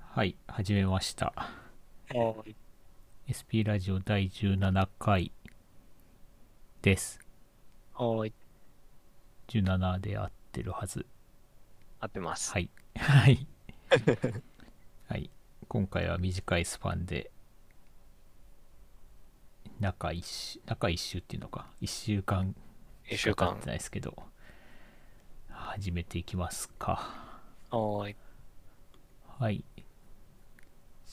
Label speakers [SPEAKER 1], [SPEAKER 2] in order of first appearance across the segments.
[SPEAKER 1] はい、始めました。
[SPEAKER 2] はい。
[SPEAKER 1] SP ラジオ第17回です。
[SPEAKER 2] はい。
[SPEAKER 1] 17で合ってるはず。
[SPEAKER 2] 合ってます。
[SPEAKER 1] はい。はい。はい。今回は短いスパンで、中一週、中一週っていうのか、一週間
[SPEAKER 2] 一週
[SPEAKER 1] かか
[SPEAKER 2] 間
[SPEAKER 1] って。ないですけど、始めていきますか。
[SPEAKER 2] はい。
[SPEAKER 1] はい。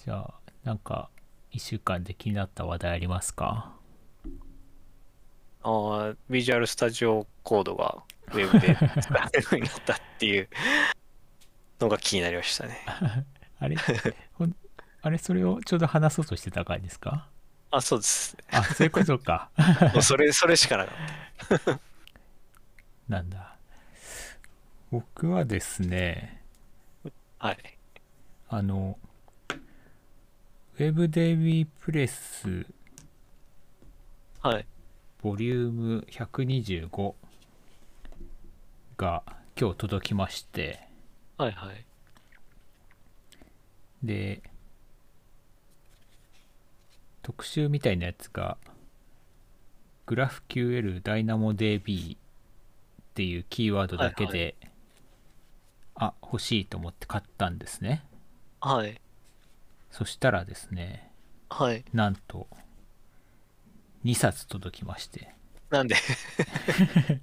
[SPEAKER 1] じゃあ、なんか、一週間で気になった話題ありますか
[SPEAKER 2] あービジュアルスタジオコードがウェブで使えるようになったっていうのが気になりましたね。
[SPEAKER 1] あれほんあれそれをちょうど話そうとしてた感じですか
[SPEAKER 2] あ、そ うです。
[SPEAKER 1] あ、そういうことか。
[SPEAKER 2] もうそれ、それしかなかっ
[SPEAKER 1] なんだ。僕はですね、
[SPEAKER 2] た。はい。
[SPEAKER 1] あの、ウェブデビプレス
[SPEAKER 2] はい。
[SPEAKER 1] ボリューム125が今日届きまして、
[SPEAKER 2] はいはい。
[SPEAKER 1] で、特集みたいなやつが、GraphQL DynamoDB っていうキーワードだけ
[SPEAKER 2] はい
[SPEAKER 1] で、あ、欲しいと思って買ったんですね。
[SPEAKER 2] はい。
[SPEAKER 1] そしたらですね、
[SPEAKER 2] はい。
[SPEAKER 1] なんと、2冊届きまして、
[SPEAKER 2] なんで、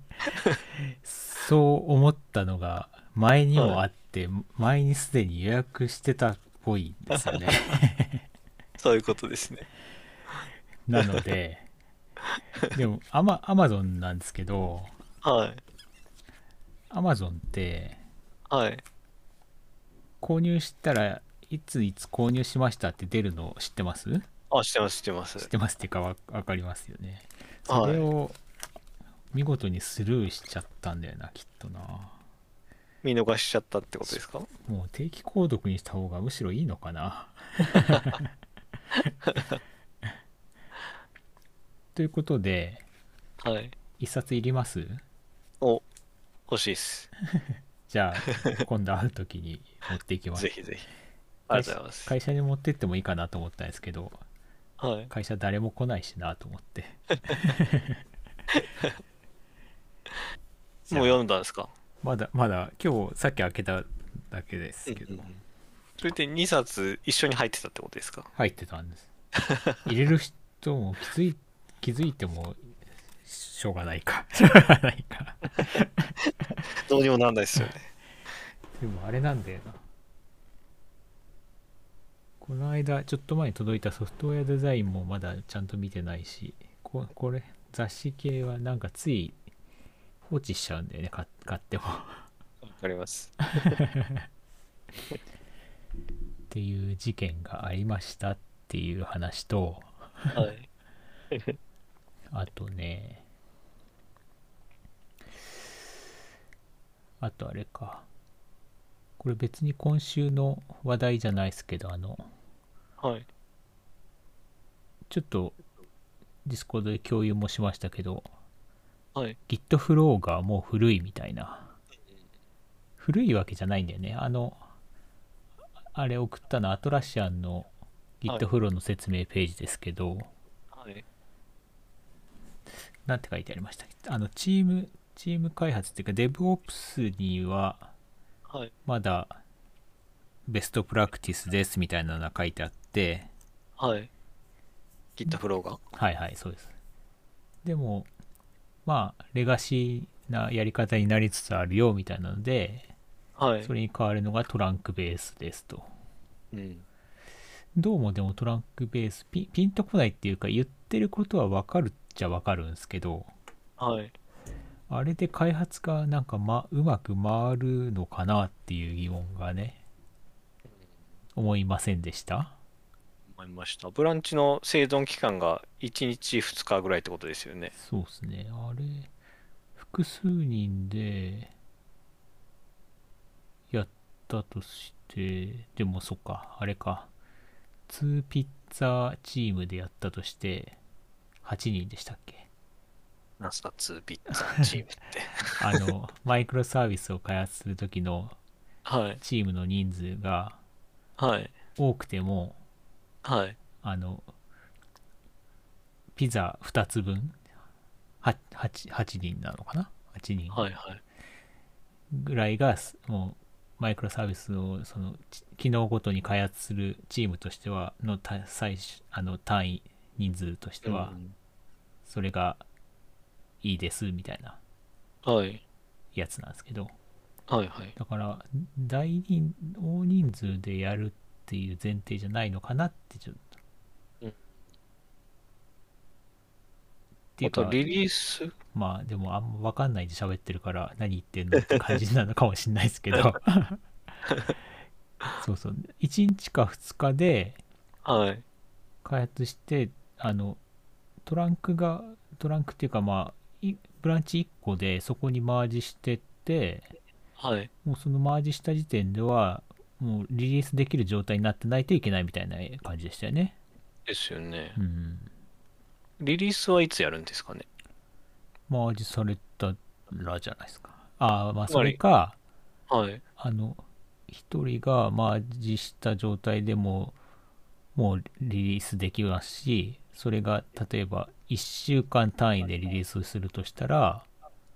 [SPEAKER 1] そう思ったのが前にもあって、前にすでに予約してたっぽいんですよね。
[SPEAKER 2] そういうことですね。
[SPEAKER 1] なの で、でもアマ、アマゾンなんですけど、
[SPEAKER 2] はい。
[SPEAKER 1] アマゾンって、
[SPEAKER 2] はい。
[SPEAKER 1] 購入したらいついつ購入しましたって出るの知ってます
[SPEAKER 2] あ、知ってます、知ってま
[SPEAKER 1] 知っ
[SPEAKER 2] す。
[SPEAKER 1] てますっていうかわわかりますよね。
[SPEAKER 2] はい
[SPEAKER 1] それを見事にスルーしちゃったんだよな、きっとな。
[SPEAKER 2] 見逃しちゃったってことですか
[SPEAKER 1] もう定期購読にした方がむしろいいのか な。ということで、
[SPEAKER 2] はい。
[SPEAKER 1] 一冊いります
[SPEAKER 2] お、欲しいです。
[SPEAKER 1] じゃあ、今度会う時に持っていきます
[SPEAKER 2] ぜ。ひぜひ。ありがとうございます。
[SPEAKER 1] 会社に持ってってもいいかなと思ったんですけど
[SPEAKER 2] はい。
[SPEAKER 1] 会社誰も来ないしなと思って
[SPEAKER 2] もう読んだんですか
[SPEAKER 1] まだまだ今日さっき開けただけですけど、
[SPEAKER 2] うんうんそれで2冊一緒に入ってたってことですか
[SPEAKER 1] 入ってたんです入れる人も気づい気づいてもしょうがないか しょうがないか
[SPEAKER 2] どうにもなんないですよね。
[SPEAKER 1] でもあれなんだよなこの間ちょっと前に届いたソフトウェアデザインもまだちゃんと見てないしここれ雑誌系はなんかつい放置しちゃうんだよね買買っても
[SPEAKER 2] わかります。
[SPEAKER 1] っていう事件がありましたっていう話と
[SPEAKER 2] はい。
[SPEAKER 1] あとねあとあれかこれ別に今週の話題じゃないですけどあの
[SPEAKER 2] はい。
[SPEAKER 1] ちょっとディスコードで共有もしましたけど
[SPEAKER 2] はい。
[SPEAKER 1] Git フローがもう古いみたいな古いわけじゃないんだよねあのあれ送ったのアトラシアンの
[SPEAKER 2] はい
[SPEAKER 1] Git フローの説明ページですけど、
[SPEAKER 2] はい。
[SPEAKER 1] なんて書いてありましたっけあのチームチーム開発っていうか DevOps には
[SPEAKER 2] はい。
[SPEAKER 1] まだベストプラクティスですみたいなのが書いてあって
[SPEAKER 2] はい。ギッタフローが。
[SPEAKER 1] はいはいそうですでもまあレガシーなやり方になりつつあるよみたいなので
[SPEAKER 2] はい
[SPEAKER 1] そ。れに変わるのがトランクベースですと
[SPEAKER 2] うん。
[SPEAKER 1] どうもでもトランクベースピンピンとこないっていうか言ってることはわかるっちゃわかるんですけど
[SPEAKER 2] はい。
[SPEAKER 1] あれで開発がなんか、ま、うまく回るのかなっていう疑問がね、思いませんでした
[SPEAKER 2] 思いました。ブランチの生存期間が1日2日ぐらいってことですよね。
[SPEAKER 1] そうですね。あれ、複数人でやったとして、でもそっか、あれか、2ピッツァチームでやったとして、8人でしたっけ
[SPEAKER 2] ナスダ2ビッツァチームって。
[SPEAKER 1] あの、マイクロサービスを開発する時の
[SPEAKER 2] はい。
[SPEAKER 1] チームの人数が、
[SPEAKER 2] はい。
[SPEAKER 1] 多くても
[SPEAKER 2] はい。
[SPEAKER 1] あのピザ2つ分 8, 人なのかな8人
[SPEAKER 2] はいはい。
[SPEAKER 1] ぐらいがすもうマイクロサービスをそのち機能ごとに開発するチームとしてはのた最初あの単位人数としては
[SPEAKER 2] うん
[SPEAKER 1] それがいいですみたいな
[SPEAKER 2] はい。
[SPEAKER 1] やつなんですけど
[SPEAKER 2] はいはい。
[SPEAKER 1] だから大人大人数でやるっていう前提じゃないのかなってちょっと。
[SPEAKER 2] うん
[SPEAKER 1] ってい
[SPEAKER 2] ま
[SPEAKER 1] うか
[SPEAKER 2] たリリース
[SPEAKER 1] まあでもあんま分かんないで喋ってるから何言ってんのって感じなのかもしんないですけ どそうそう1日か2日で
[SPEAKER 2] はい。
[SPEAKER 1] 開発してあのトランクがトランクっていうかまあいブランチ1個でそこにマージしてって
[SPEAKER 2] はい。
[SPEAKER 1] もうそのマージした時点ではもうリリースできる状態になってないといけないみたいな感じでしたよね
[SPEAKER 2] ですよね
[SPEAKER 1] う。ん
[SPEAKER 2] リリースはいつやるんですかね
[SPEAKER 1] マージされたらじゃないですかああまあそれか
[SPEAKER 2] はい。
[SPEAKER 1] あの一人がマージした状態でももうリリースできますしそれが例えば1週間単位でリリースするとしたら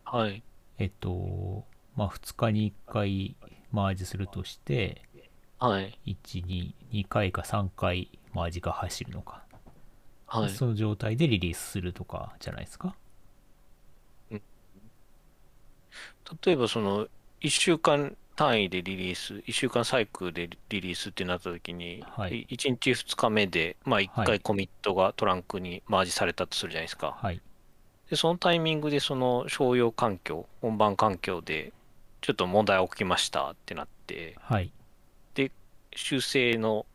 [SPEAKER 2] はい。
[SPEAKER 1] えっとまあ2日に1回マージするとして
[SPEAKER 2] はい。
[SPEAKER 1] 122回か3回マージが走るのか、
[SPEAKER 2] はい。
[SPEAKER 1] その状態でリリースするとかじゃないですか
[SPEAKER 2] 例えばその、1週間単位でリリース、1週間サイクルでリリースってなった時に、
[SPEAKER 1] はい
[SPEAKER 2] 1日2日目で、まあ1
[SPEAKER 1] は
[SPEAKER 2] 回
[SPEAKER 1] い
[SPEAKER 2] コミットがトランクにマージされたとするじゃないですか。
[SPEAKER 1] はい
[SPEAKER 2] で、そのタイミングでその商用環境、本番環境で、ちょっと問題起きましたってなって、
[SPEAKER 1] はい
[SPEAKER 2] 修正の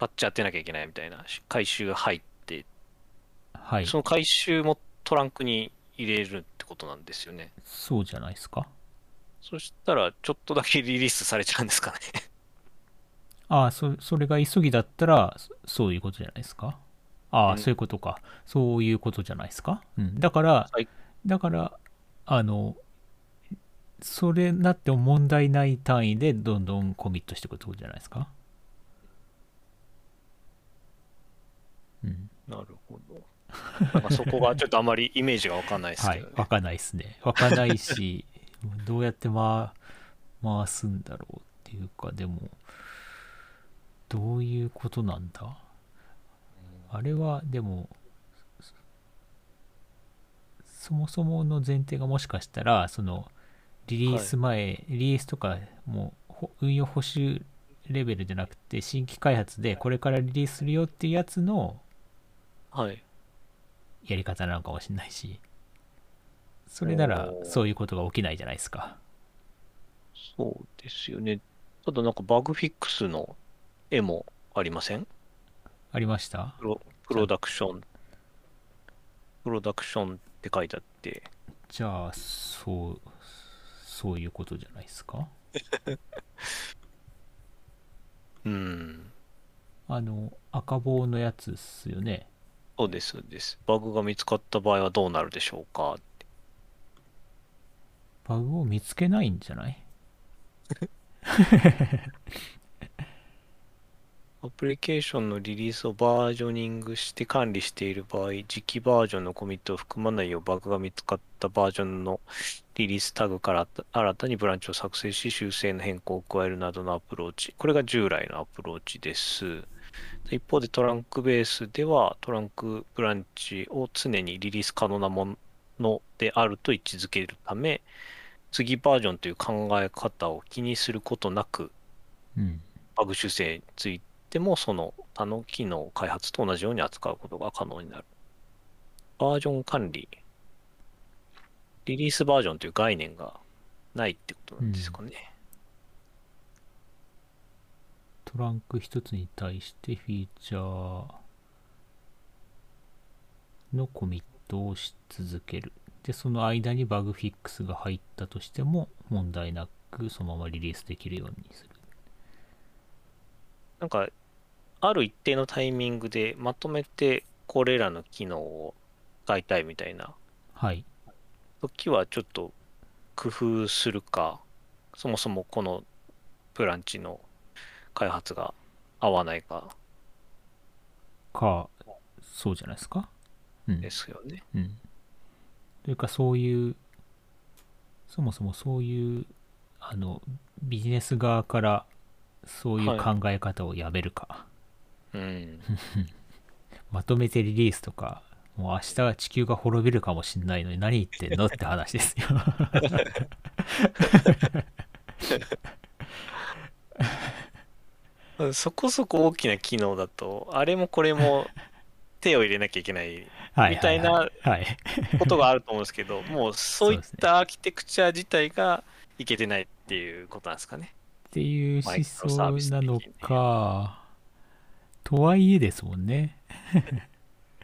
[SPEAKER 2] パッチ当てなきゃいけないみたいな、回収が入って
[SPEAKER 1] はい
[SPEAKER 2] そ
[SPEAKER 1] そ
[SPEAKER 2] の回収もトランクに入れるってことなんですよね。
[SPEAKER 1] うじゃないですか
[SPEAKER 2] そしたら、ちょっとだけリリースされちゃうんですかね。
[SPEAKER 1] ああそそれが急ぎだったらそそういうことじゃないですかああ、
[SPEAKER 2] うん
[SPEAKER 1] そういうことかそういうことじゃないですか、うん、だから、
[SPEAKER 2] はい
[SPEAKER 1] だからあのそれなっても問題ない単位でどんどんコミットしていくってことじゃないですかうん
[SPEAKER 2] なるほど。なんかそこがちょっとあまりイメージがわかんないです
[SPEAKER 1] は
[SPEAKER 2] け
[SPEAKER 1] い
[SPEAKER 2] ど、ね
[SPEAKER 1] わかんないですねわかんないし どうやって回回すんだろうっていうかでもどういうことなんだあれはでもそもそもの前提がもしかしたらそのリリース前、リリースとかもうほ運用補修レベルじゃなくて新規開発でこれからリリースするよっていうやつの
[SPEAKER 2] はい。
[SPEAKER 1] やり方なのかもしれないしそれなら
[SPEAKER 2] おー
[SPEAKER 1] そういうことが起きないじゃないですか
[SPEAKER 2] そうですよね。ただなんかバグフィックスの絵もありません
[SPEAKER 1] ありました
[SPEAKER 2] プロプロダクション。プロダクションって書いてあって。
[SPEAKER 1] じゃあそうそういうことじゃないですか
[SPEAKER 2] うん。
[SPEAKER 1] あの赤棒のやつっすよね
[SPEAKER 2] そうです、そうです。バグが見つかった場合はどうなるでしょうかって
[SPEAKER 1] バグを見つけないんじゃない
[SPEAKER 2] アプリケーションのリリースをバージョニングして管理している場合、次期バージョンのコミットを含まないようバグが見つかったバージョンのリリースタグから新たにブランチを作成し、修正の変更を加えるなどのアプローチ。これが従来のアプローチです。一方でトランクベースでは、トランクブランチを常にリリース可能なものであると位置づけるため、次バージョンという考え方を気にすることなく、
[SPEAKER 1] うん
[SPEAKER 2] バグ修正についても、その他の機能開発と同じように扱うことが可能になる。バージョン管理。リリースバージョンという概念がないってことなんですかね。
[SPEAKER 1] トランク一つに対してフィーチャーのコミットをし続けるでその間にバグフィックスが入ったとしても問題なくそのままリリースできるようにする
[SPEAKER 2] なんか、ある一定のタイミングでまとめてこれらの機能を使いたいみたいな
[SPEAKER 1] はい
[SPEAKER 2] 時はちょっと工夫するか、そもそもこのブランチの開発が合わないか
[SPEAKER 1] か、そうじゃないですか。うん
[SPEAKER 2] で。すよね。
[SPEAKER 1] うん、というか、そういう、そもそもそういう、あの、ビジネス側から、そういう
[SPEAKER 2] は
[SPEAKER 1] 考え方をやめるか、
[SPEAKER 2] うん。
[SPEAKER 1] まとめてリリースとか、もう明日は地球が滅びるかもしれないのに何言ってんのって話です よ。
[SPEAKER 2] そこそこ大きな機能だと、あれもこれ も手を入れなきゃいけない
[SPEAKER 1] はいはいはい、
[SPEAKER 2] みたいな
[SPEAKER 1] はい。
[SPEAKER 2] ことがあると思うんです けど、もうそういったアーキテクチャ自体がいけてないっていうことなんですかね。
[SPEAKER 1] っていう
[SPEAKER 2] マ
[SPEAKER 1] 思
[SPEAKER 2] イクロサービ
[SPEAKER 1] 想
[SPEAKER 2] ス
[SPEAKER 1] な
[SPEAKER 2] 的に
[SPEAKER 1] のか、とはいえですもんね。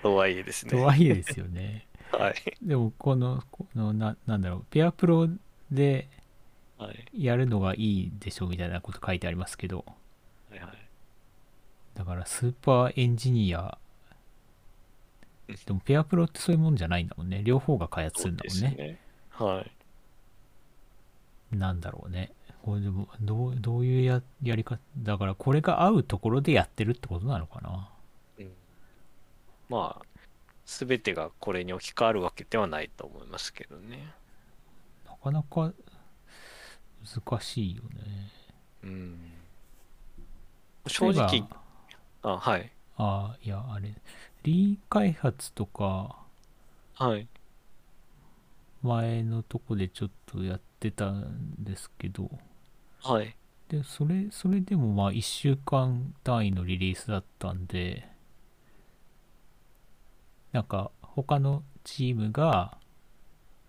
[SPEAKER 2] とはいえです
[SPEAKER 1] と
[SPEAKER 2] ね。
[SPEAKER 1] はいえですよね。
[SPEAKER 2] はい。
[SPEAKER 1] でも、この、このな、なんだろう、ペアプロで
[SPEAKER 2] はい。
[SPEAKER 1] やるのがいいでしょうみたいなこと書いてありますけど、
[SPEAKER 2] はいはい。
[SPEAKER 1] だからスーパーエンジニア、でもペアプロってそういうもんじゃないんだもんね。両方が開発す
[SPEAKER 2] そ
[SPEAKER 1] る
[SPEAKER 2] うん
[SPEAKER 1] だ
[SPEAKER 2] で
[SPEAKER 1] もん
[SPEAKER 2] す
[SPEAKER 1] ね。
[SPEAKER 2] ね。はい。
[SPEAKER 1] なんだろうね。これでもどうどういうややり方だからこれが合うところでやってるってことなのかな
[SPEAKER 2] うんまあ、すべてがこれに置き換わるわけではないと思いますけどね。
[SPEAKER 1] なかなか難しいよね
[SPEAKER 2] うん。正直
[SPEAKER 1] 例え、ば
[SPEAKER 2] あ、はい。
[SPEAKER 1] あいやあれリー開発とか
[SPEAKER 2] はい。
[SPEAKER 1] 前のとこでちょっとやってたんですけど
[SPEAKER 2] はい。
[SPEAKER 1] でそれそれでもまあ1週間単位のリリースだったんでなんか他のチームが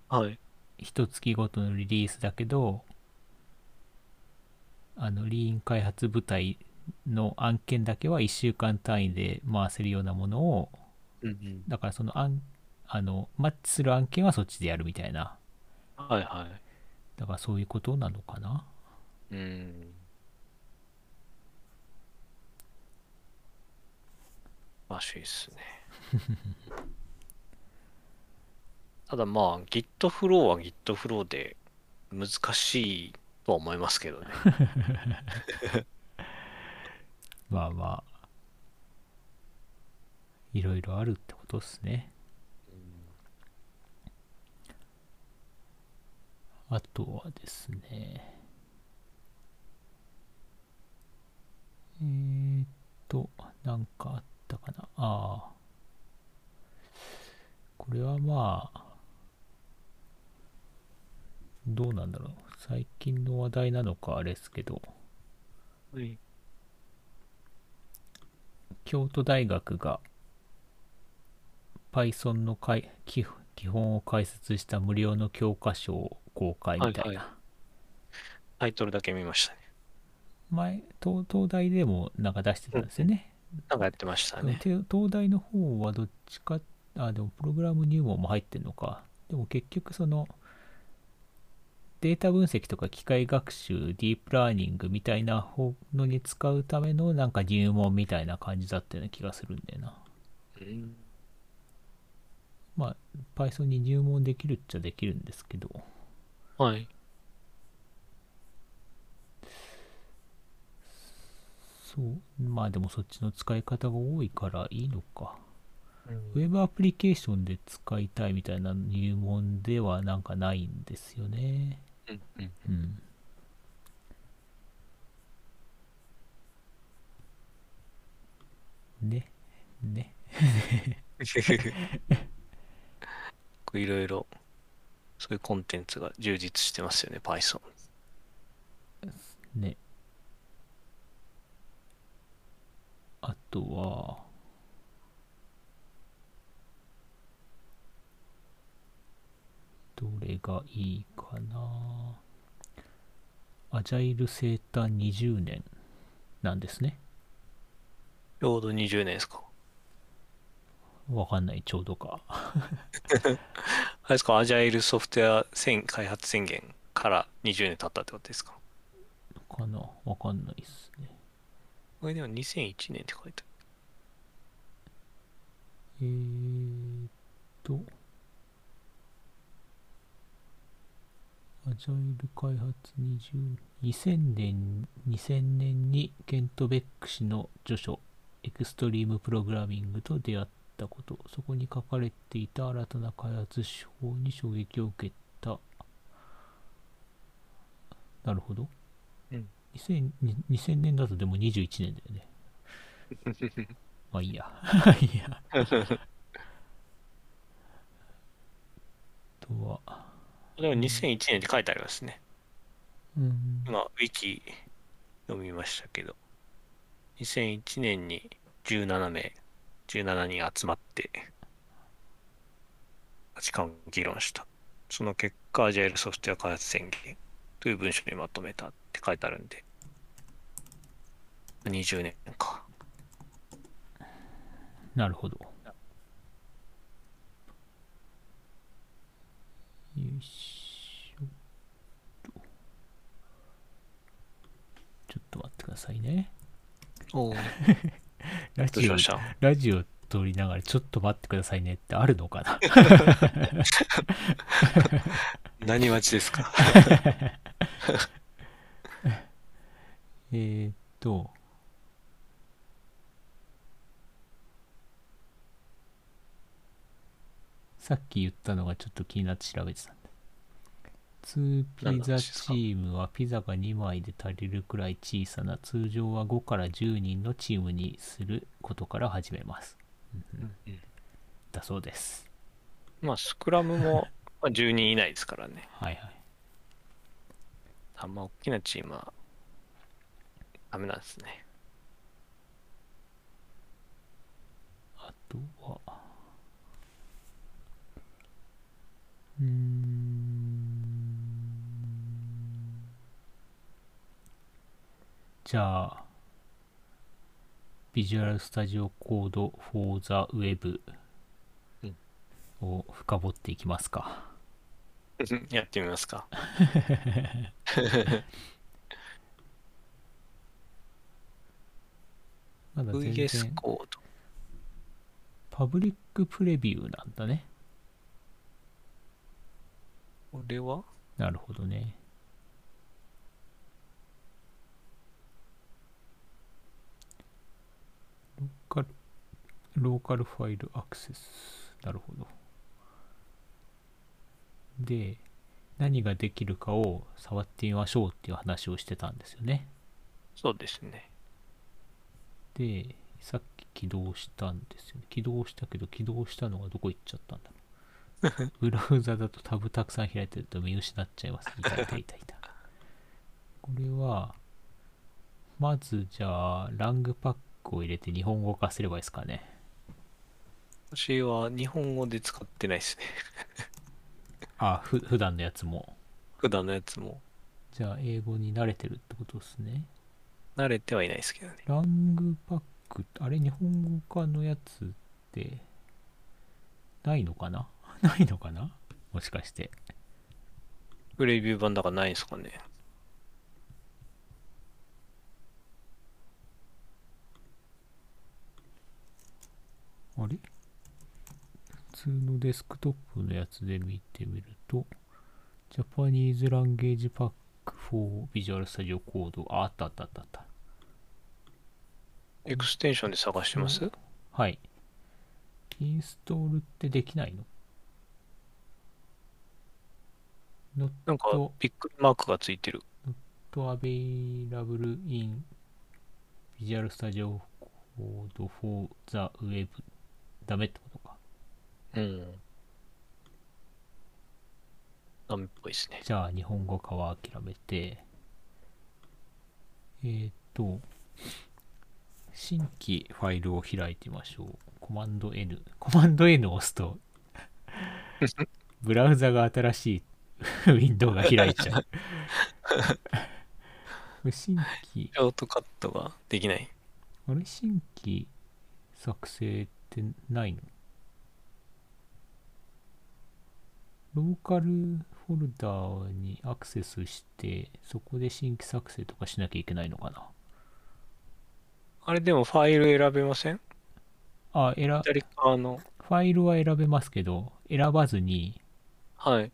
[SPEAKER 2] はい。
[SPEAKER 1] 一月ごとのリリースだけどあのリーン開発部隊の案件だけは1週間単位で回せるようなものを
[SPEAKER 2] うんうん。
[SPEAKER 1] だからその案あのマッチする案件はそっちでやるみたいな
[SPEAKER 2] はいは。
[SPEAKER 1] だからそういうことなのかない
[SPEAKER 2] うん。らしいですね。 ただまあ、Git フローは Git フローで難しいとは思いますけどね。
[SPEAKER 1] まあまあいろいろあるってことですねあとはですねえーっとなんかあったかなああこれはまあどうなんだろう最近の話題なのかあれですけど
[SPEAKER 2] はい。
[SPEAKER 1] 京都大学が Python のかい基本基本を解説した無料の教科書を公開みたいな、
[SPEAKER 2] はいはいタイトルだけ見ましたね。
[SPEAKER 1] 前東東大でもなんか出してたんですよね,
[SPEAKER 2] なんかやってました
[SPEAKER 1] でも、
[SPEAKER 2] ね。
[SPEAKER 1] て東大の方はどっちかあでもプログラム入門も入ってるのかでも結局そのデータ分析とか機械学習ディープラーニングみたいな方のに使うためのなんか入門みたいな感じだったような気がするんだよな
[SPEAKER 2] うん
[SPEAKER 1] まあ Python に入門できるっちゃできるんですけど
[SPEAKER 2] はい。
[SPEAKER 1] そうまあでもそっちの使い方が多いからいいのかウェブアプリケーションで使いたいみたいな入門ではなんかないんですよね
[SPEAKER 2] うんうん
[SPEAKER 1] うんねね
[SPEAKER 2] いろいろ、そういうコンテンツが充実してますよね、Python。
[SPEAKER 1] ねあとはどれがいいかなアジャイル生誕20年なんですね
[SPEAKER 2] ちょうど20年ですか。
[SPEAKER 1] わかんないちょうどか
[SPEAKER 2] あれですか、アジャイルソフトウェア宣開発宣言から20年経ったってことですか。
[SPEAKER 1] かなわかんないっすね
[SPEAKER 2] これでは2001年って書いて
[SPEAKER 1] えーっと、アジャイル開発20 2000年2000年にケント・ベック氏の著書「エクストリーム・プログラミング」と出会ったことそこに書かれていた新たな開発手法に衝撃を受けたなるほど、
[SPEAKER 2] うん
[SPEAKER 1] 2000、2000年だとでも21年だよ ねまあいいやいいやあとは
[SPEAKER 2] でも2001年って書いてありますね。
[SPEAKER 1] うん
[SPEAKER 2] 今、ウィキ読みましたけど、2001年に17名、17人集まって、価値観を議論した。その結果、アジャイルソフトウェア開発宣言という文書にまとめたって書いてあるんで、20年か。
[SPEAKER 1] なるほど。よいしょっと。ちょっと待ってくださいね。
[SPEAKER 2] おお。
[SPEAKER 1] ラ
[SPEAKER 2] どうし
[SPEAKER 1] ジオ
[SPEAKER 2] ま、した
[SPEAKER 1] ラジオ撮りながらちょっと待ってくださいねってあるのかな
[SPEAKER 2] 何待ちですか
[SPEAKER 1] えーっと。さっき言ったのがちょっと気になって調べてたんだ。2ピザチームはピザが2枚で足りるくらい小さな通常は5から10人のチームにすることから始めます。だそうです。
[SPEAKER 2] まあ、スクラムも、まあ、10人以内ですからね。
[SPEAKER 1] はいはい。
[SPEAKER 2] あんま大きなチームはダメなんですね。
[SPEAKER 1] あとは。うーん。じゃあ、ビジュアルスタジオコード for the web
[SPEAKER 2] うん
[SPEAKER 1] を深掘っていきますか。
[SPEAKER 2] やってみますか。
[SPEAKER 1] まだ全
[SPEAKER 2] VS
[SPEAKER 1] 然
[SPEAKER 2] コード。
[SPEAKER 1] パブリックプレビューなんだね。
[SPEAKER 2] これは
[SPEAKER 1] なるほどね。ローカル、ローカルファイルアクセス。なるほど。で、何ができるかを触ってみましょうっていう話をしてたんですよね。
[SPEAKER 2] そうですね。
[SPEAKER 1] で、さっき起動したんですよね。起動したけど、起動したのがどこ行っちゃったんだろう。ブラウザだとタブたくさん開いてると見失っちゃいます。いたいたいたいた。これは、まずじゃあ、ラングパックを入れて日本語化すればいいですかね。
[SPEAKER 2] 私は日本語で使ってないですね。
[SPEAKER 1] あ、ふ、普段のやつも。
[SPEAKER 2] 普段のやつも
[SPEAKER 1] じゃあ、英語に慣れてるってことですね。
[SPEAKER 2] 慣れてはいないですけどね。
[SPEAKER 1] ラングパックって、あれ、日本語化のやつって、ないのかな ないのかなもしかして。
[SPEAKER 2] プレビュー版だからないんですかね。
[SPEAKER 1] あれ普通のデスクトップのやつで見てみると、Japanese Language Pack for Visual Studio Code。あ、あったあったあったあった。
[SPEAKER 2] エクステンションで探してます
[SPEAKER 1] はい。インストールってできないのノッ
[SPEAKER 2] なんか
[SPEAKER 1] と、
[SPEAKER 2] びっくりマークがついてる。
[SPEAKER 1] と available in Visual Studio Code for the Web。ダメってことか。
[SPEAKER 2] うん。ダメっぽいですね。
[SPEAKER 1] じゃあ日本語化は諦めて、えーっと、新規ファイルを開いてみましょう。コマンド N。コマンド N を押すと、ブラウザが新しい ウィンドウが開いちゃう。これ新規、
[SPEAKER 2] ショートカットができない。
[SPEAKER 1] あれ新規作成ってないのローカルフォルダーにアクセスして、そこで新規作成とかしなきゃいけないのかな
[SPEAKER 2] あれでもファイル選べません
[SPEAKER 1] あ、えら、
[SPEAKER 2] 左側の。
[SPEAKER 1] ファイルは選べますけど、選ばずに
[SPEAKER 2] はい。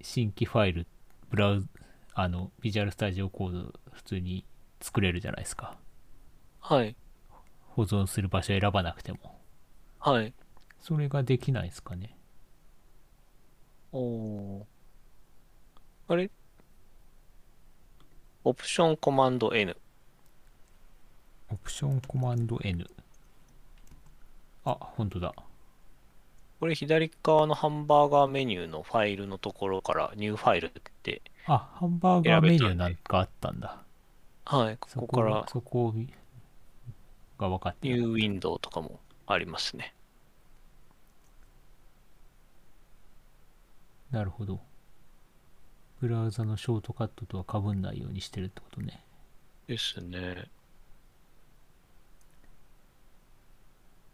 [SPEAKER 1] 新規ファイルブラウあの、ビジュアルスタジオコード普通に作れるじゃないですか。
[SPEAKER 2] はい。
[SPEAKER 1] 保存する場所選ばなくても。
[SPEAKER 2] はい。
[SPEAKER 1] それができないですかね。
[SPEAKER 2] おお。あれオプションコマンド N。
[SPEAKER 1] オプションコマンド N。あ、本当だ。
[SPEAKER 2] これ左側のハンバーガーメニューのファイルのところからニューファイルって、
[SPEAKER 1] あ、ハンバーガーメニューなんかあったんだ。
[SPEAKER 2] はい、こ
[SPEAKER 1] そ
[SPEAKER 2] こ
[SPEAKER 1] こ
[SPEAKER 2] から
[SPEAKER 1] そこを見が分かって
[SPEAKER 2] ニ
[SPEAKER 1] ない
[SPEAKER 2] ューウィンドウとかもありますね。
[SPEAKER 1] なるほど。ブラウザのショートカットとは被んないようにしてるってことね。
[SPEAKER 2] ですね。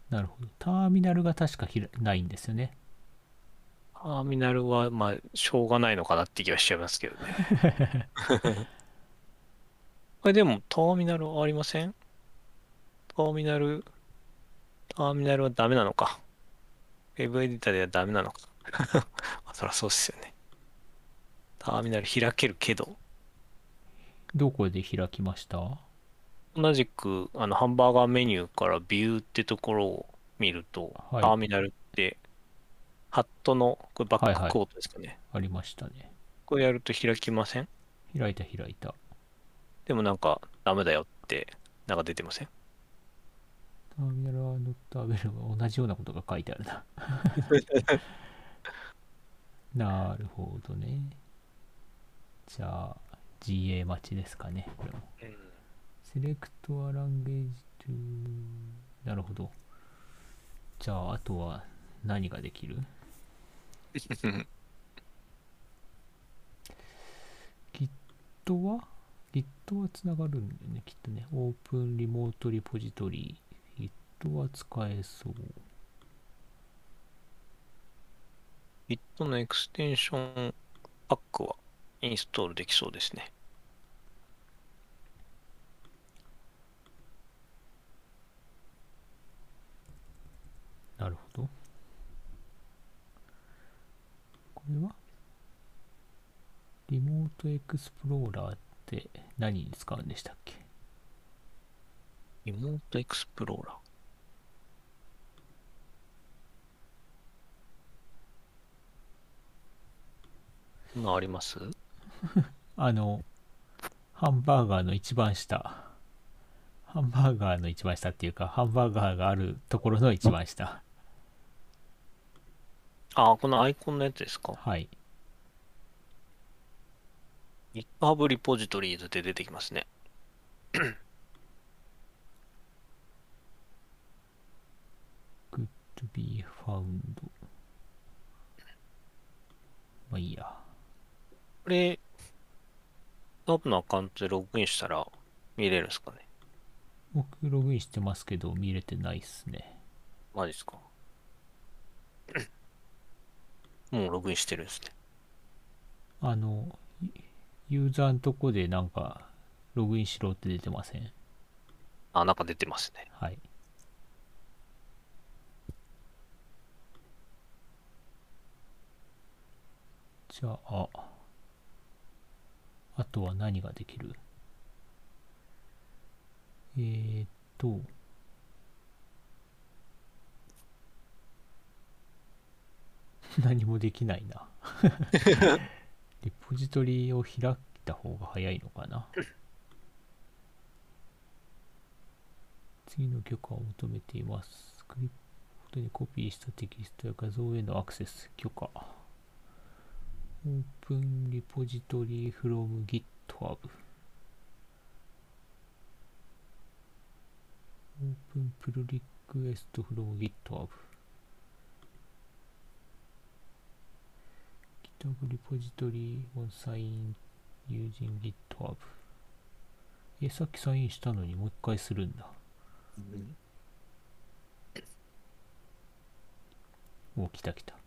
[SPEAKER 1] なるほど。ターミナルが確かひらないんですよね。
[SPEAKER 2] ターミナルは、まあ、しょうがないのかなって気はしちゃいますけどね。 あれ、でも、ターミナルありませんターミナル、ターミナルはダメなのか。ウェブエディターではダメなのか。 まあ、そりゃそうっすよね。ターミナル開けるけど、
[SPEAKER 1] どこで開きました
[SPEAKER 2] 同じく、あの、ハンバーガーメニューからビューってところを見ると、
[SPEAKER 1] はい
[SPEAKER 2] ターミナルって、ハットの、これバ
[SPEAKER 1] はいは
[SPEAKER 2] ック
[SPEAKER 1] い
[SPEAKER 2] コートですかね。
[SPEAKER 1] ありましたね。
[SPEAKER 2] これやると開きません
[SPEAKER 1] 開いた開いた。
[SPEAKER 2] でもなんかダメだよってなんか出てません
[SPEAKER 1] ターミナルはノットアベルは同じようなことが書いてあるな。なるほどね。じゃあ、GA 待ちですかね、これも。セレクトはランゲージとなるほど。じゃあ、あとは何ができる ?Git は ?Git はつながるんだよね、きっとね。オープンリモートリポジトリ。Git は使えそう。
[SPEAKER 2] Git のエクステンションパックはインストールできそうですね。
[SPEAKER 1] なるほど。これはリモートエクスプローラーって何に使うんでしたっけ
[SPEAKER 2] リモートエクスプローラー。こんなんあります
[SPEAKER 1] あの、ハンバーガーの一番下。ハンバーガーの一番下っていうか、ハンバーガーがあるところの一番下。
[SPEAKER 2] ああ、このアイコンのやつですか。
[SPEAKER 1] はい。
[SPEAKER 2] GitHub リポジトリーズって出てきますね。
[SPEAKER 1] Good to be found. まあいいや。
[SPEAKER 2] これ、GitHub のアカウントでログインしたら見れるんですかね。
[SPEAKER 1] 僕、ログインしてますけど、見れてないっすね。
[SPEAKER 2] マジですか。 もうログインしてるんですね。
[SPEAKER 1] あの、いユーザーのとこでなんか、ログインしろって出てません。
[SPEAKER 2] あ、なんか出てま すね。
[SPEAKER 1] はい。じゃあ、あとは何ができるえー、っと、 何もできないな。 リポジトリを開いた方が早いのかな。次の許可を求めています。スクリプトにコピーしたテキストや画像へのアクセス許可。オープンリポジトリ from GitHub。オープンプルリクエスト from GitHub。GitHub リポジトリ on sign using GitHub。え、さっきサインしたのにもう一回するんだ。お、来た来た。で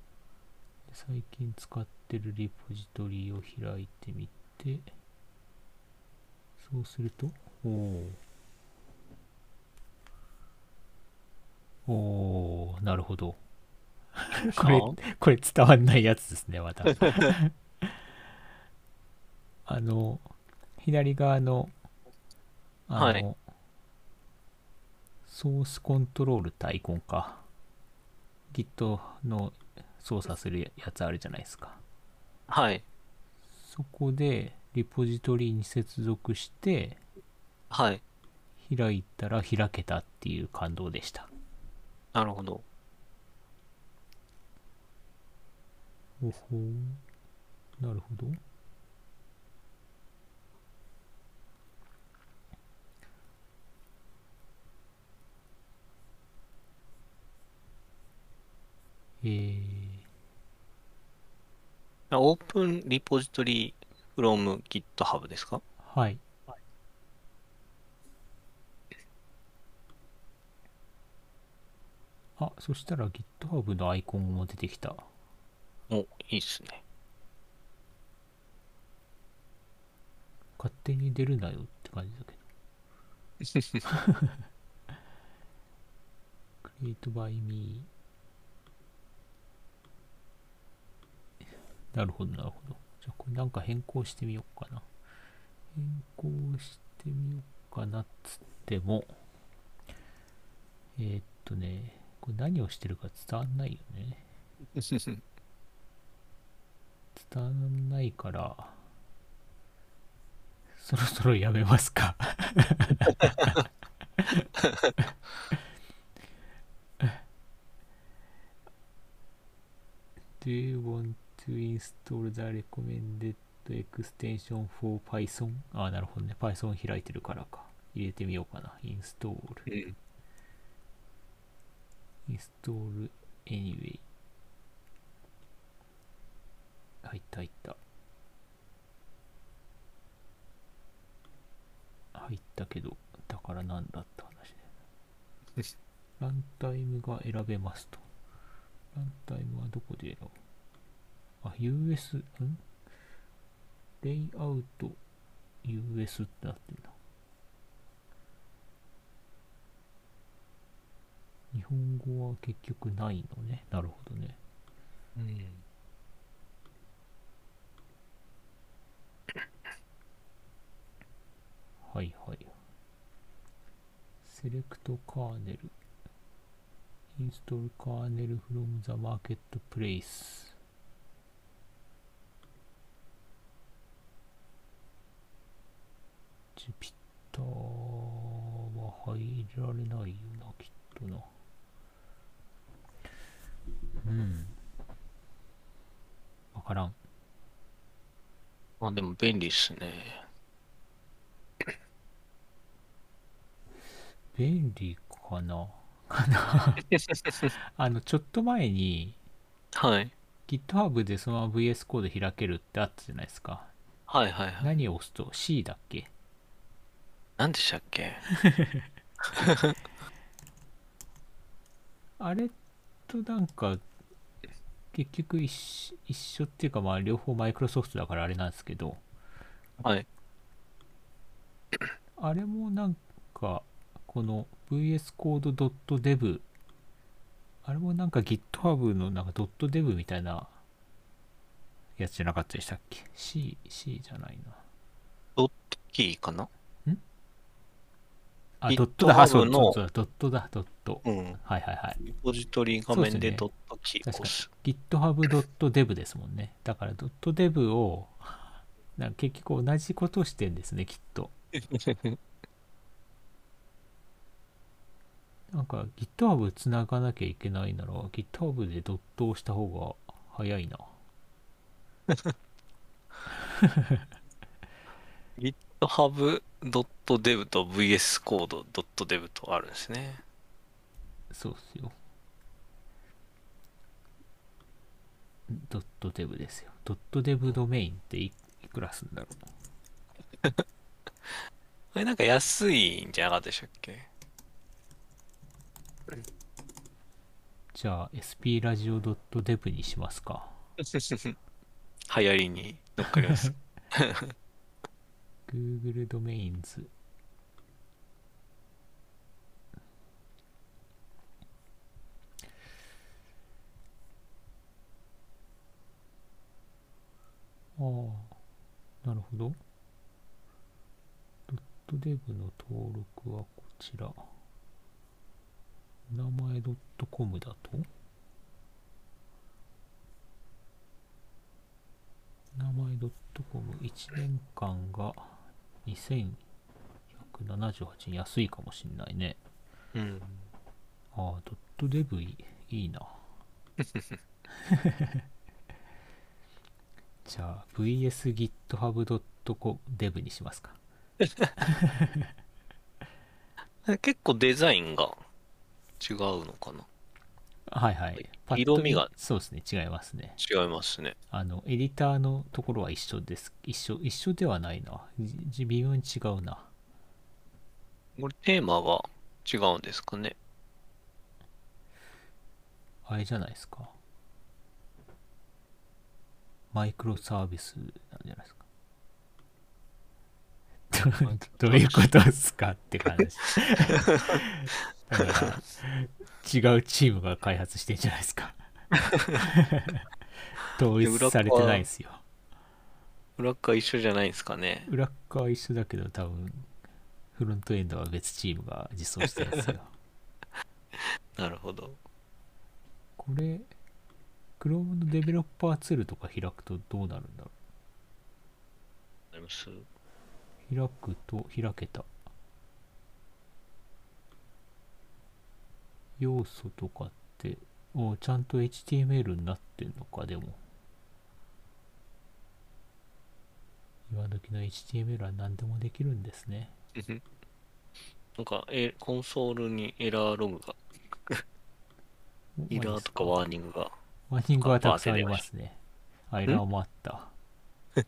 [SPEAKER 1] 最近使ってるリポジトリを開いてみて、そうすると、おお。おーなるほど。これ、これ伝わんないやつですね、また。 あの、左側の、あの、
[SPEAKER 2] はい
[SPEAKER 1] ソースコントロールってアイコンか。Git の操作するやつあるじゃないですか。
[SPEAKER 2] はい。
[SPEAKER 1] そこで、リポジトリに接続して、
[SPEAKER 2] はい。
[SPEAKER 1] 開いたら開けたっていう感動でした。
[SPEAKER 2] なるほど。
[SPEAKER 1] おほうなるほど。えー、
[SPEAKER 2] オープンリポジトリ from GitHub ですか
[SPEAKER 1] はい。あ、そしたら GitHub のアイコンも出てきた。
[SPEAKER 2] お、いいっす ね。
[SPEAKER 1] 勝手に出るなよって感じだけど。Create by me. なるほど、なるほど。じゃあ、これなんか変更してみようかな。変更してみようかなっつっても、えーっとね、これ何をしてるか伝わんないよね。伝わんないから、そろそろやめますか。Do you want to install the recommended extension for Python? ああ、なるほどね。Python 開いてるからか。入れてみようかな。install,
[SPEAKER 2] うん。
[SPEAKER 1] install anyway. 入った入った。入ったけど、だからなんだって話ね。ランタイムが選べますと。ランタイムはどこで選ぶあ、US、んレイアウト US ってなってるな。日本語は結局ないのね。なるほどね。はいはい。セレクトカーネル。インストールカーネル from the marketplace。ジュピターは入られないよな、きっとな。うん。わからん。
[SPEAKER 2] まあでも便利っすね。
[SPEAKER 1] 便利かな。 あの、ちょっと前に、
[SPEAKER 2] はい。
[SPEAKER 1] GitHub でそのまま VS コード開けるってあったじゃないですか。
[SPEAKER 2] はいはいはい。
[SPEAKER 1] 何を押すと C だっけ
[SPEAKER 2] 何でしたっけ
[SPEAKER 1] あれとなんか、結局一緒一緒っていうか、まあ両方マイクロソフトだからあれなんですけど、
[SPEAKER 2] はい。
[SPEAKER 1] あれもなんか、この vscode.dev、あれもなんか GitHub のなんか .dev みたいなやつじゃなかったでしたっけ ?C、C じゃないな。
[SPEAKER 2] ドットキーかな
[SPEAKER 1] あ、ドットだ、あ
[SPEAKER 2] GitHub
[SPEAKER 1] そうそう
[SPEAKER 2] の
[SPEAKER 1] そうだ、ドットだ、ドット。
[SPEAKER 2] うん。
[SPEAKER 1] はいはいはい。
[SPEAKER 2] リポジトリ画面で
[SPEAKER 1] そ
[SPEAKER 2] ド
[SPEAKER 1] う
[SPEAKER 2] ットキーを押す。
[SPEAKER 1] GitHub.dev ですもんね。だから .dev を、なんか結局同じことをしてんですね、きっと。なんか GitHub つながなきゃいけないなら GitHub でドットをした方が早いな。
[SPEAKER 2] GitHub.dev と VSCode.dev とあるんですね。
[SPEAKER 1] そうっすよ。ドットデブですよ。ドットデブドメインっていいくらすんだろう。
[SPEAKER 2] あれなんか安いんじゃなかったでしたっけ
[SPEAKER 1] じゃあ SP ラジオドットデブにしますか。
[SPEAKER 2] 流行りに乗っかり ます。
[SPEAKER 1] Google ドメインズ。ああ、なるほど。ドットデブの登録はこちら。名前 .com だと名前 .com1 年間が2178円安いかもしんないね。
[SPEAKER 2] うん。
[SPEAKER 1] ああ、ドットデブいいいい な。じゃあ、vsgithub.dev にしますか。
[SPEAKER 2] 結構デザインが違うのかな
[SPEAKER 1] はいはい。パッと
[SPEAKER 2] 色
[SPEAKER 1] 見
[SPEAKER 2] 味が
[SPEAKER 1] そうですね、違いますね。
[SPEAKER 2] 違いますね。
[SPEAKER 1] あの、エディターのところは一緒です。一緒、一緒ではないな。じじ微妙に違うな。
[SPEAKER 2] これテーマが違うんですかね
[SPEAKER 1] あれじゃないですか。マイクロサービスなんじゃないですか。どどういうことですかって感じ。だから違うチームが開発してんじゃないですか。統一されてないですよ。
[SPEAKER 2] 裏側一緒じゃないんですかね
[SPEAKER 1] 裏っ側は一緒だけど多分フロントエンドは別チームが実装してるんですよ
[SPEAKER 2] なるほど。
[SPEAKER 1] これ Chrome のデベロッパーツールとか開くとどうなるんだろ
[SPEAKER 2] あります
[SPEAKER 1] う開くと開けた要素とかっておちゃんと HTML になってんのかでも今時の HTML は何でもできるんですね
[SPEAKER 2] なんか、え、コンソールにエラーログが、
[SPEAKER 1] お
[SPEAKER 2] エラーとかワーニングが。
[SPEAKER 1] ワーニングはたくさんありますね。アイラーもあった。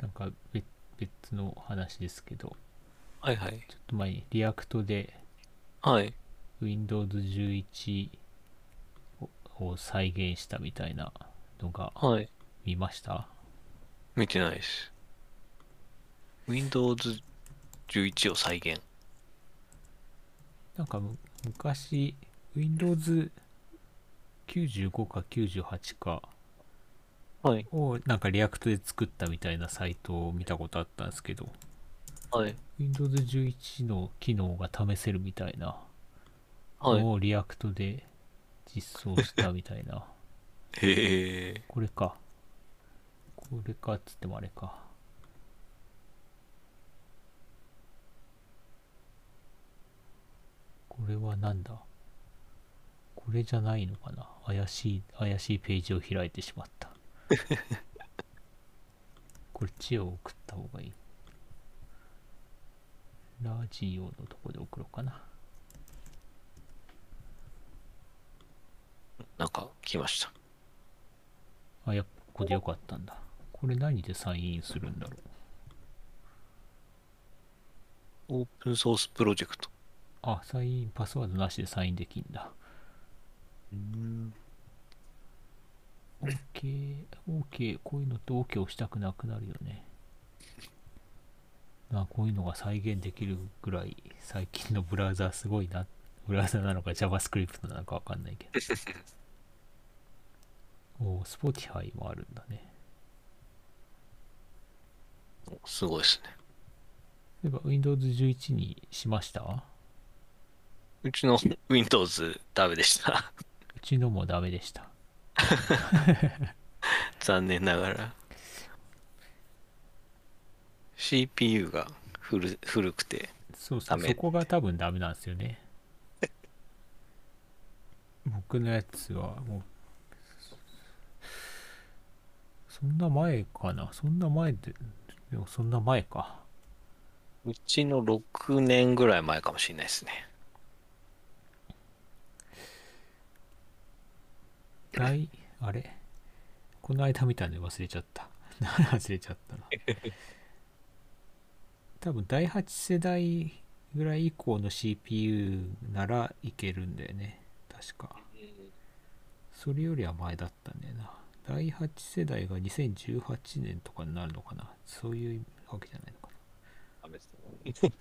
[SPEAKER 1] なんか別別の話ですけど、
[SPEAKER 2] はいはい。
[SPEAKER 1] ちょっと前にリアクトで
[SPEAKER 2] はい。
[SPEAKER 1] Windows 11をを再現したみたいなのが
[SPEAKER 2] はい。
[SPEAKER 1] 見ました
[SPEAKER 2] 見てないです。Windows 11を再現。
[SPEAKER 1] なんかむ昔 Windows 95か98か
[SPEAKER 2] はい。
[SPEAKER 1] をなんかリアクトで作ったみたいなサイトを見たことあったんですけど
[SPEAKER 2] はい。
[SPEAKER 1] Windows 11の機能が試せるみたいな
[SPEAKER 2] はい。
[SPEAKER 1] のをリアクトで実装したみたいな、
[SPEAKER 2] へえ。
[SPEAKER 1] これかこれかっつってもあれかこれはなんだこれじゃないのかな怪しい怪しいページを開いてしまったこっちを送った方がいいラジオのとこで送ろうかな
[SPEAKER 2] なんか来ました。
[SPEAKER 1] あやっぱここでよかったんだこれ何でサインインするんだろう
[SPEAKER 2] オープンソースプロジェクト。
[SPEAKER 1] あ、サイン、パスワードなしでサインできんだ。
[SPEAKER 2] うん。
[SPEAKER 1] OK、OK、こういうのって OK をしたくなくなるよね。まあ、こういうのが再現できるぐらい、最近のブラウザーすごいな。ブラウザーなのか JavaScript なのかわかんないけど。おお、Spotify もあるんだね。
[SPEAKER 2] すごいですね。
[SPEAKER 1] 例えば Windows 11にしました
[SPEAKER 2] うちの Windows ダメでした。
[SPEAKER 1] うちのもダメでした。
[SPEAKER 2] 残念ながら。CPU が古古くて。
[SPEAKER 1] そうそう、
[SPEAKER 2] ダメ
[SPEAKER 1] そこが多分ダメなんですよね。 僕のやつはもう、そんな前かな。そんな前で、でもそんな前か。
[SPEAKER 2] うちの6年ぐらい前かもしれないですね。
[SPEAKER 1] 大、あれこの間見たんで忘れちゃった。 忘れちゃったな。 多分第8世代ぐらい以降の CPU ならいけるんだよね。確か。それよりは前だったんだよな。第8世代が2018年とかになるのかな。そういうわけじゃないのか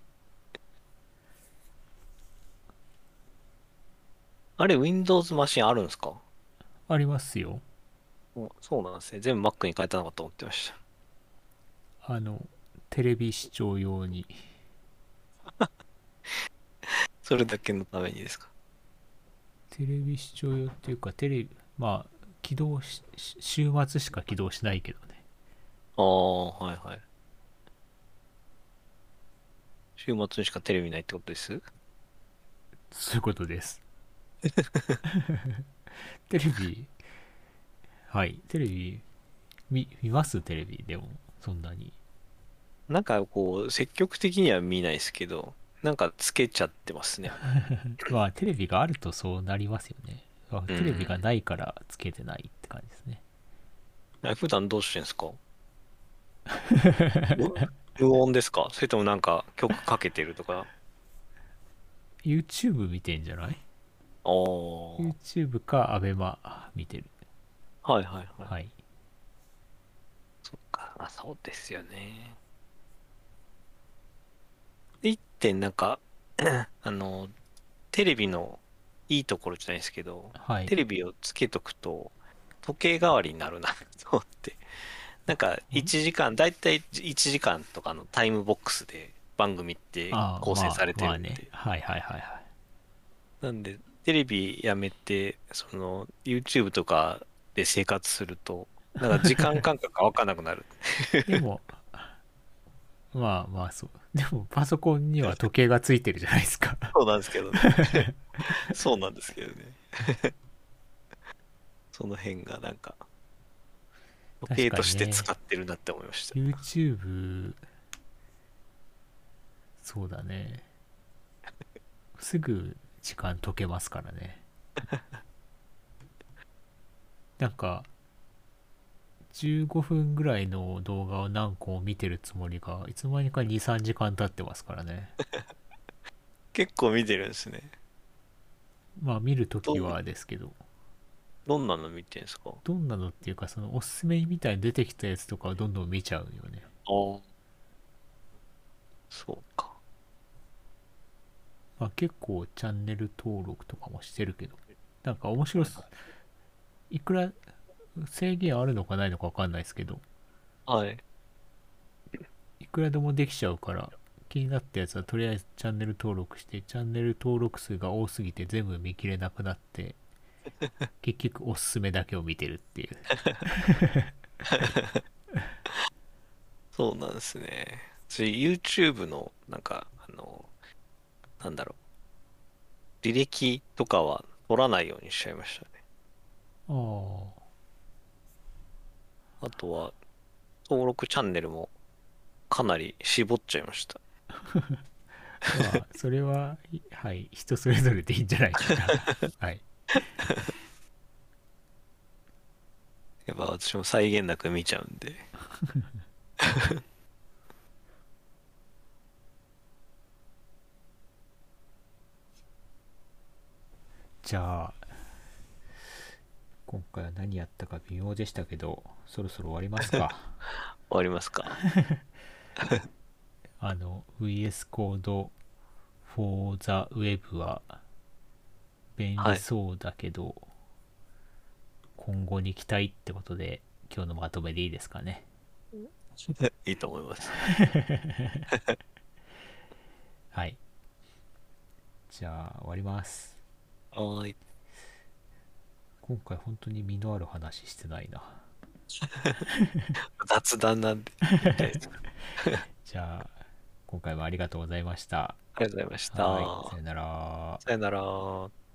[SPEAKER 2] あれ、Windows マシンあるんですか
[SPEAKER 1] ありますよ。
[SPEAKER 2] おそうなんですね。全部 Mac に変えたのかと思ってました。
[SPEAKER 1] あの、テレビ視聴用に。
[SPEAKER 2] それだけのためにですか。
[SPEAKER 1] テレビ視聴用っていうか、テレビ、まあ、起動し、し週末しか起動しないけどね。
[SPEAKER 2] ああ、はいはい。週末にしかテレビないってことです
[SPEAKER 1] そういうこと です。テレビ、はい、テレビ、見、見ますテレビ、でも、そんなに。
[SPEAKER 2] なんかこう、積極的には見ないですけど、なんかつけちゃってます ね。
[SPEAKER 1] まあ、テレビがあるとそうなりますよね。まあ
[SPEAKER 2] ん
[SPEAKER 1] テレビがないからつけてないって感じですね。
[SPEAKER 2] あ普段どうしてんすか 無無音ですかそれともなんか曲かけてるとか
[SPEAKER 1] YouTube 見てんじゃない
[SPEAKER 2] ああ。はい
[SPEAKER 1] ?YouTube か ABEMA 見てる。
[SPEAKER 2] はいはい。
[SPEAKER 1] はい。
[SPEAKER 2] そっか。あ、そうですよね。一点なんか、 あの、テレビのいいところじゃないですけど、
[SPEAKER 1] はい。
[SPEAKER 2] テレビをつけとくと、時計代わりになる なと思って。なんか、1時間、だいたい1時間とかのタイムボックスで番組って
[SPEAKER 1] あー
[SPEAKER 2] 構成されて
[SPEAKER 1] まあ
[SPEAKER 2] るん
[SPEAKER 1] まあ
[SPEAKER 2] で。
[SPEAKER 1] ね。はいはいはいはい。
[SPEAKER 2] なんで、テレビやめて、その、YouTube とかで生活すると、なんか時間感覚がわかんなくなる。
[SPEAKER 1] でも、まあまあそう。でもパソコンには時計がついてるじゃないですか。
[SPEAKER 2] そうなんですけ どね。そうなんですけどね。 その辺がなんか、時計として使ってるなって思いました。
[SPEAKER 1] YouTube、そうだね。すぐ時間解けますからね。なんか、15分ぐらいの動画を何個も見てるつもりが、いつの間にか2、3時間経ってますからね。
[SPEAKER 2] 結構見てるんですね。
[SPEAKER 1] まあ見るときはですけど。
[SPEAKER 2] どんなの見てるんですか
[SPEAKER 1] どんなのっていうかそのおすすめみたいに出てきたやつとかをどんどん見ちゃうよね
[SPEAKER 2] そうか。
[SPEAKER 1] まあ結構チャンネル登録とかもしてるけどなんか面白そういくら制限あるのかないのかわかんないですけど
[SPEAKER 2] はい。
[SPEAKER 1] いくらでもできちゃうから気になったやつはとりあえずチャンネル登録してチャンネル登録数が多すぎて全部見切れなくなって結局おすすめだけを見てるっていう
[SPEAKER 2] そうなんですね。それ YouTube の、なんか、あの、なんだろう。履歴とかは取らないようにしちゃいましたね。
[SPEAKER 1] ああ
[SPEAKER 2] あとは、登録チャンネルもかなり絞っちゃいました。
[SPEAKER 1] まあ、それは、いはい、人それぞれでいいんじゃないかな。はい。
[SPEAKER 2] やっぱ私も際限なく見ちゃうんで。
[SPEAKER 1] じゃあ、今回は何やったか微妙でしたけど、そろそろ終わりますか。
[SPEAKER 2] 終わりますか
[SPEAKER 1] あの、VS コード for the web は便利そうだけど、今後に期待ってことで、今日のまとめでいいですかね。
[SPEAKER 2] いいと思います。
[SPEAKER 1] はい。じゃあ、終わります。
[SPEAKER 2] はい。
[SPEAKER 1] 今回本当に身のある話してないな。
[SPEAKER 2] 雑談なん で。みたいです
[SPEAKER 1] じゃあ、今回はありがとうございました。
[SPEAKER 2] ありがとうございました。
[SPEAKER 1] はい、さよなら。
[SPEAKER 2] さよなら。